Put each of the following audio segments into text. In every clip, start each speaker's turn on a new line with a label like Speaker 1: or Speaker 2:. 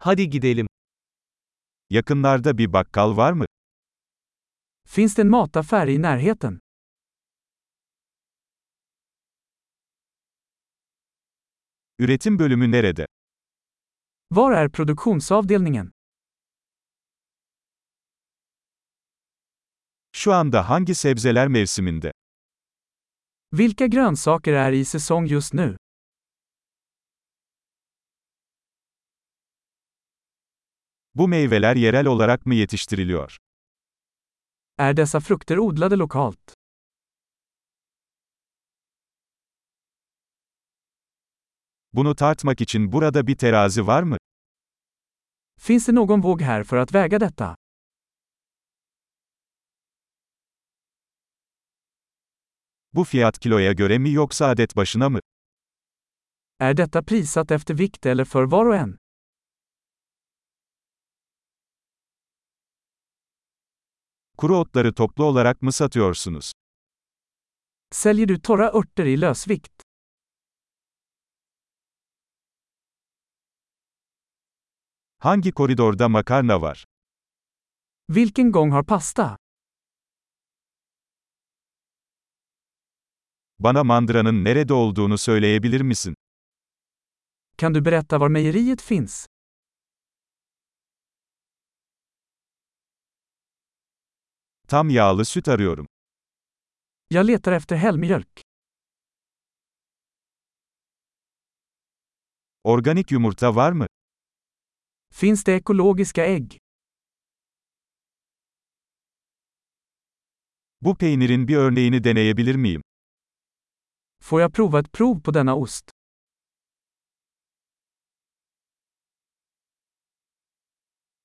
Speaker 1: Hadi gidelim.
Speaker 2: Yakınlarda bir bakkal var mı?
Speaker 1: Finns det en mataffär i närheten?
Speaker 2: Üretim bölümü nerede?
Speaker 1: Var är produktionsavdelningen?
Speaker 2: Şu anda hangi sebzeler mevsiminde?
Speaker 1: Vilka grönsaker är i säsong just nu?
Speaker 2: Bu meyveler yerel olarak mı yetiştiriliyor?
Speaker 1: Är dessa frukter odlade lokalt?
Speaker 2: Bunu tartmak için burada bir terazi var mı?
Speaker 1: Finns det någon våg här för att väga detta?
Speaker 2: Bu fiyat kiloya göre mi yoksa adet başına mı?
Speaker 1: Är detta prissatt efter vikt eller för var och en?
Speaker 2: Kuru otları toplu olarak mı satıyorsunuz?
Speaker 1: Säljer du torra örter i lösvikt?
Speaker 2: Hangi koridorda makarna var?
Speaker 1: Vilken gång har pasta?
Speaker 2: Bana mandıranın nerede olduğunu söyleyebilir misin?
Speaker 1: Kan du berätta var mejeriet finns?
Speaker 2: Tam yağlı süt arıyorum.
Speaker 1: Jag letar efter helmjölk.
Speaker 2: Organik yumurta var mı?
Speaker 1: Finns det ekologiska ägg?
Speaker 2: Bu peynirin bir örneğini deneyebilir miyim?
Speaker 1: Får jag prova ett prov på denna ost?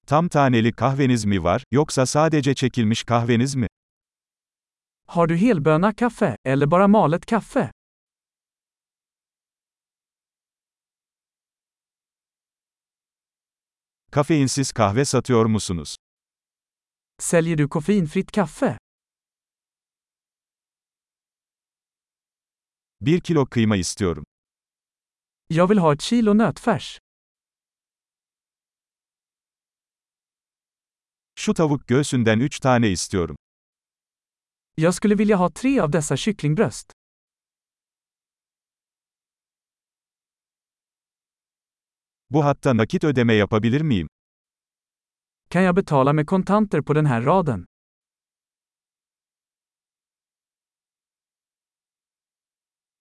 Speaker 2: Tam taneli kahveniz mi var, yoksa sadece çekilmiş kahveniz mi?
Speaker 1: Har du helböna kaffe, eller bara malet kaffe?
Speaker 2: Kafeinsiz kahve satıyor musunuz?
Speaker 1: Säljer du koffeinfritt kaffe?
Speaker 2: Bir kilo kıyma istiyorum.
Speaker 1: Jag vill ha ett kilo nötfärs.
Speaker 2: Şu tavuk göğsünden 3 tane istiyorum.
Speaker 1: Jag skulle vilja ha tre av dessa kycklingbröst.
Speaker 2: Bu hatta nakit ödeme yapabilir miyim?
Speaker 1: Kan jag betala med kontanter på den här raden?